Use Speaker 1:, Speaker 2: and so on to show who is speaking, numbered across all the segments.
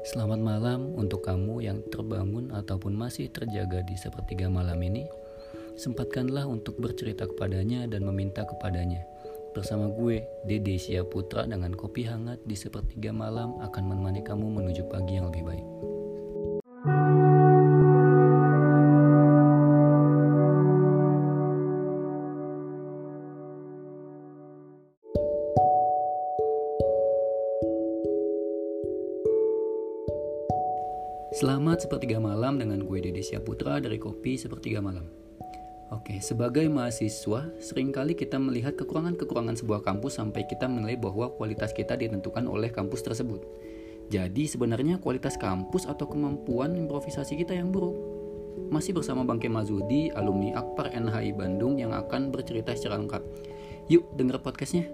Speaker 1: Selamat malam untuk kamu yang terbangun ataupun masih terjaga di sepertiga malam ini. Sempatkanlah untuk bercerita kepadanya dan meminta kepadanya. Bersama gue, Dede Sia Putra dengan kopi hangat di sepertiga malam akan menemani kamu menuju pagi yang lebih baik. Selamat sepertiga malam dengan gue Dede Putra dari Kopi Sepertiga Malam. Oke, sebagai mahasiswa, seringkali kita melihat kekurangan-kekurangan sebuah kampus sampai kita menilai bahwa kualitas kita ditentukan oleh kampus tersebut. Jadi sebenarnya kualitas kampus atau kemampuan improvisasi kita yang buruk. Masih bersama Bang Kemal Zudi, alumni Akpar NHI Bandung yang akan bercerita secara lengkap. Yuk, denger podcastnya.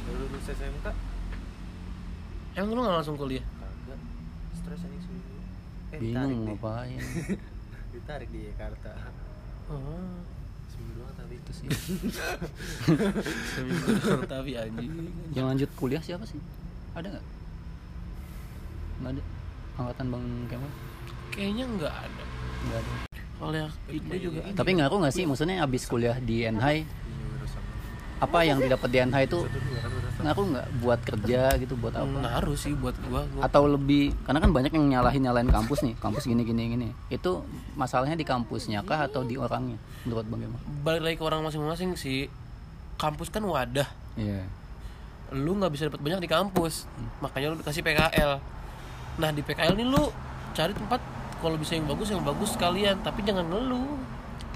Speaker 2: Baru lulus SMK
Speaker 3: Emang lu gak langsung kuliah?
Speaker 2: kagak stres aja sih eh, ditarik
Speaker 1: Bingung
Speaker 2: deh.
Speaker 1: ngapain
Speaker 2: ditarik di Jakarta
Speaker 3: Oh,
Speaker 2: seminggu doang tapi itu sih
Speaker 3: seminggu doang tapi anjing.
Speaker 1: Yang lanjut kuliah siapa sih? Ada nggak? Nggak ada. Angkatan Bang Kemal?
Speaker 3: Kayaknya nggak ada.
Speaker 1: Nggak ada.
Speaker 3: Oleh itu juga. ada.
Speaker 1: Tapi ngaruh nggak sih? Maksudnya abis kuliah di NHI,
Speaker 2: jurusan
Speaker 1: apa yang didapat di NHI itu
Speaker 2: satu dua kan jurusan
Speaker 1: ngaruh nggak buat kerja gitu, buat
Speaker 3: Hmm,
Speaker 1: apa?
Speaker 3: ngaruh sih buat gua. gua
Speaker 1: Atau lebih, karena kan banyak yang nyalahin nyalain kampus nih, kampus gini gini gini. Itu masalahnya di kampusnya kah atau di orangnya? Menurut Bang Kemal?
Speaker 3: balik lagi ke orang masing-masing sih. Kampus kan wadah.
Speaker 1: Iya.
Speaker 3: Lu nggak bisa dapat banyak di kampus. Makanya lu dikasih PKL. Nah, di PKL ini lu cari tempat kalau bisa yang bagus yang bagus sekalian, tapi jangan ngeluh.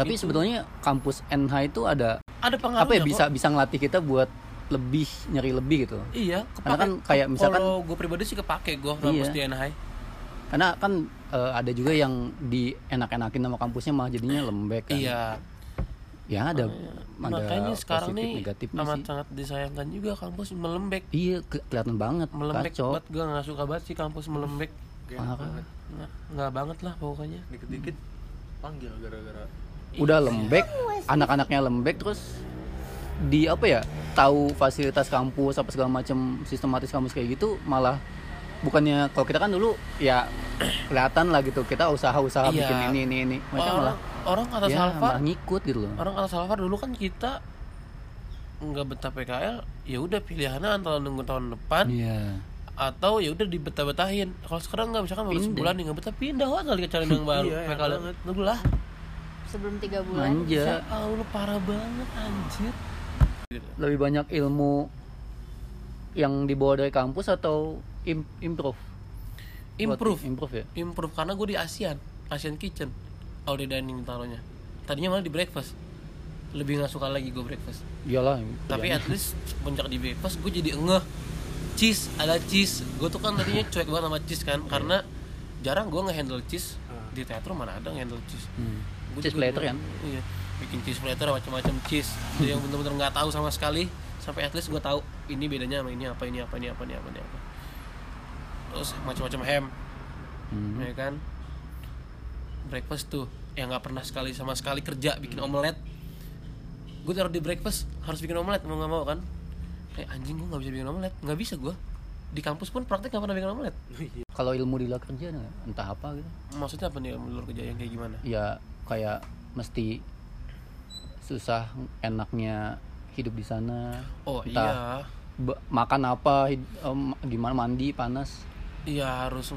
Speaker 1: Tapi sebetulnya kampus NHI itu ada
Speaker 3: Ada pengaruh
Speaker 1: apa ya bisa bisa ngelatih kita buat lebih nyari lebih gitu.
Speaker 3: Iya,
Speaker 1: Karena
Speaker 3: kepake.
Speaker 1: kan kayak misalkan
Speaker 3: Kalau gue pribadi sih kepake gue kampus
Speaker 1: Iya.
Speaker 3: di NHI.
Speaker 1: karena kan eh, ada juga yang dienak-enakin sama kampusnya malah jadinya lembek kan.
Speaker 3: Iya, Oh,
Speaker 1: Ya ada ada
Speaker 3: makanya sekarang
Speaker 1: positif
Speaker 3: nih
Speaker 1: negatifnya
Speaker 3: amat
Speaker 1: sih.
Speaker 3: sangat disayangkan juga kampus melembek
Speaker 1: Iya, ke- kelihatan banget.
Speaker 3: melembek
Speaker 1: Kacau.
Speaker 3: banget gue nggak suka banget sih kampus melembek
Speaker 1: Parah.
Speaker 3: nggak nggak banget lah pokoknya
Speaker 2: dikit dikit panggil gara-gara
Speaker 3: Iya.
Speaker 1: Udah lembek, anak-anaknya lembek terus di apa ya? Tahu fasilitas kampus apa segala macam sistematis kampus kayak gitu malah bukannya kalau kita kan dulu ya kelihatan lah gitu kita usaha-usaha
Speaker 3: Iya. Oh,
Speaker 1: bikin ini ini ini mereka malah
Speaker 3: orang orang kata
Speaker 1: ya,
Speaker 3: Salvar
Speaker 1: malah ngikut gitu loh
Speaker 3: orang kata Salvar dulu kan kita nggak betah PKL ya udah pilihannya antara nunggu tahun depan
Speaker 1: iya
Speaker 3: atau ya udah dibetah-betahin kalau sekarang nggak misalkan baru sebulan nih nggak betah pindah wah kali cari yang baru
Speaker 2: Iya, enak
Speaker 3: PKL
Speaker 2: banget.
Speaker 3: nunggu lah
Speaker 4: sebelum tiga bulan
Speaker 1: manja
Speaker 3: ya Allah parah banget anjir
Speaker 1: lebih banyak ilmu yang dibawa dari kampus atau im- improve Buat
Speaker 3: improve
Speaker 1: improve ya
Speaker 3: improve karena gue di ASEAN ASEAN Kitchen all day dining taruhnya tadinya malah di breakfast lebih nggak suka lagi gue breakfast
Speaker 1: iyalah iya.
Speaker 3: tapi at least puncak di breakfast gue jadi ngeh cheese ada cheese gue tuh kan tadinya cuek banget sama cheese kan
Speaker 1: Iya.
Speaker 3: karena jarang gue ngehandle cheese di teater mana ada ngehandle cheese
Speaker 1: Ah. Hmm.
Speaker 3: Gua
Speaker 1: Cheese
Speaker 3: juga-
Speaker 1: platter kan?
Speaker 3: iya bikin cheese platter macam-macam cheese ada yang bener-bener nggak tahu sama sekali sampai at least gue tahu ini bedanya sama ini apa ini apa ini apa ini apa ini apa terus macam-macam ham
Speaker 1: Hmm.
Speaker 3: ya kan breakfast tuh yang nggak pernah sekali sama sekali kerja
Speaker 1: Hmm.
Speaker 3: bikin omelet gue taruh di breakfast harus bikin omelet mau nggak mau kan kayak anjing gue nggak bisa bikin omelet nggak bisa gue di kampus pun praktek nggak pernah bikin omelet
Speaker 2: iya.
Speaker 1: kalau ilmu di luar kerja ada nggak? entah apa gitu
Speaker 3: maksudnya apa nih menurut kerja yang kayak gimana
Speaker 1: ya kayak mesti susah enaknya hidup di sana
Speaker 3: oh
Speaker 1: entah be- makan apa hid- em, gimana mandi panas
Speaker 3: iya iya harus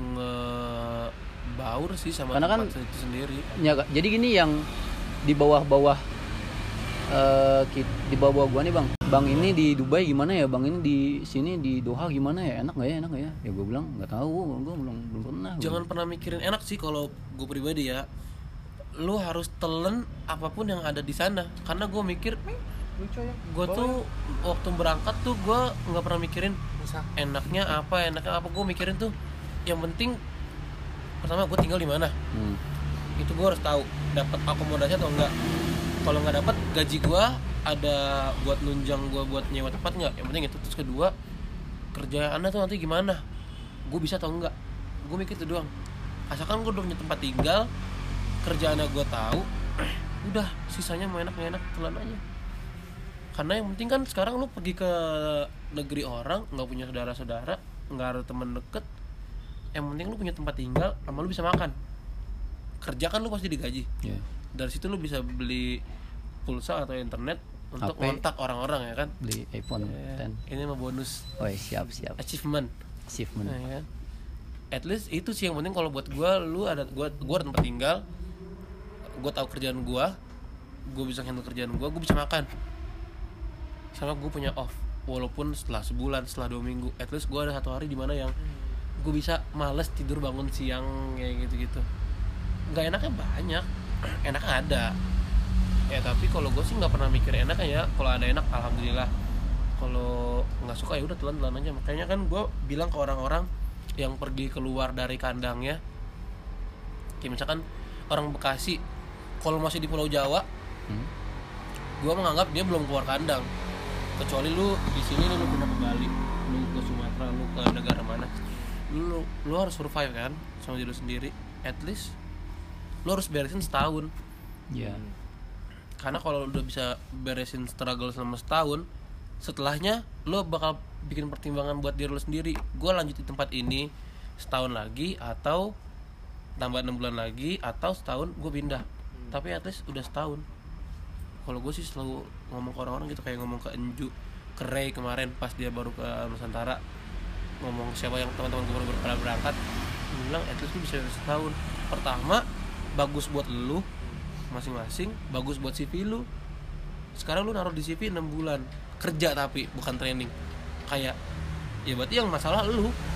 Speaker 3: ngebaur sih sama
Speaker 1: Karena kan-
Speaker 3: tempat itu sendiri
Speaker 1: Ya, Kak. jadi gini yang di bawah-bawah eh, ki- di bawah-bawah gua nih bang bang ini di Dubai gimana ya bang ini di sini di Doha gimana ya enak nggak ya enak nggak ya ya gua bilang nggak tahu gua belum belum pernah gua.
Speaker 3: jangan pernah mikirin enak sih kalau gue pribadi ya lu harus telen apapun yang ada di sana karena gue mikir
Speaker 2: ya.
Speaker 3: gue tuh waktu berangkat tuh gue nggak pernah mikirin enaknya apa enaknya apa gue mikirin tuh yang penting pertama gue tinggal di mana
Speaker 1: Hmm.
Speaker 3: itu gue harus tahu dapat akomodasi atau enggak kalau nggak dapat gaji gue ada buat nunjang gue buat nyewa tempat nggak yang penting itu terus kedua kerjaan tuh nanti gimana gue bisa atau enggak gue mikir itu doang asalkan gue udah punya tempat tinggal kerjaannya gue tahu udah sisanya mau enak nggak enak telan aja karena yang penting kan sekarang lu pergi ke negeri orang nggak punya saudara-saudara nggak ada teman deket yang penting lu punya tempat tinggal sama lu bisa makan kerja kan lu pasti digaji
Speaker 1: ya
Speaker 3: dari situ lu bisa beli pulsa atau internet untuk
Speaker 1: HP.
Speaker 3: kontak orang-orang ya kan
Speaker 1: beli iPhone
Speaker 3: Ya,
Speaker 1: 10
Speaker 3: ini mah bonus
Speaker 1: Woi siap siap
Speaker 3: achievement
Speaker 1: achievement
Speaker 3: Nah, ya kan? at least itu sih yang penting kalau buat gua lu ada gua gua ada tempat tinggal gua tahu kerjaan gua gua bisa handle kerjaan gua gua bisa makan sama gua punya off walaupun setelah sebulan setelah dua minggu at least gua ada satu hari di mana yang gua bisa males tidur bangun siang kayak gitu gitu nggak enaknya banyak enak ada ya tapi kalau gue sih nggak pernah mikir enak ya kalau ada enak alhamdulillah kalau nggak suka ya udah telan telan aja makanya kan gue bilang ke orang-orang yang pergi keluar dari kandangnya kayak misalkan orang Bekasi kalau masih di Pulau Jawa
Speaker 1: Hmm.
Speaker 3: gue menganggap dia belum keluar kandang kecuali lu di sini lu, lu pernah ke Bali lu ke Sumatera lu ke negara mana lu lu harus survive kan sama diri lu sendiri at least lu harus beresin setahun
Speaker 1: ya
Speaker 3: karena kalau lu udah bisa beresin struggle selama setahun setelahnya lo bakal bikin pertimbangan buat diri lo sendiri gue lanjut di tempat ini setahun lagi atau tambah enam bulan lagi atau setahun gue pindah tapi at least udah setahun kalau gue sih selalu ngomong ke orang-orang gitu kayak ngomong ke Enju ke Ray kemarin pas dia baru ke Nusantara ngomong siapa yang teman-teman gue baru pada berangkat dia bilang at least lu bisa setahun pertama bagus buat lu masing-masing bagus buat CV lu sekarang lu naruh di CV 6 bulan kerja tapi bukan training kayak ya berarti yang masalah lu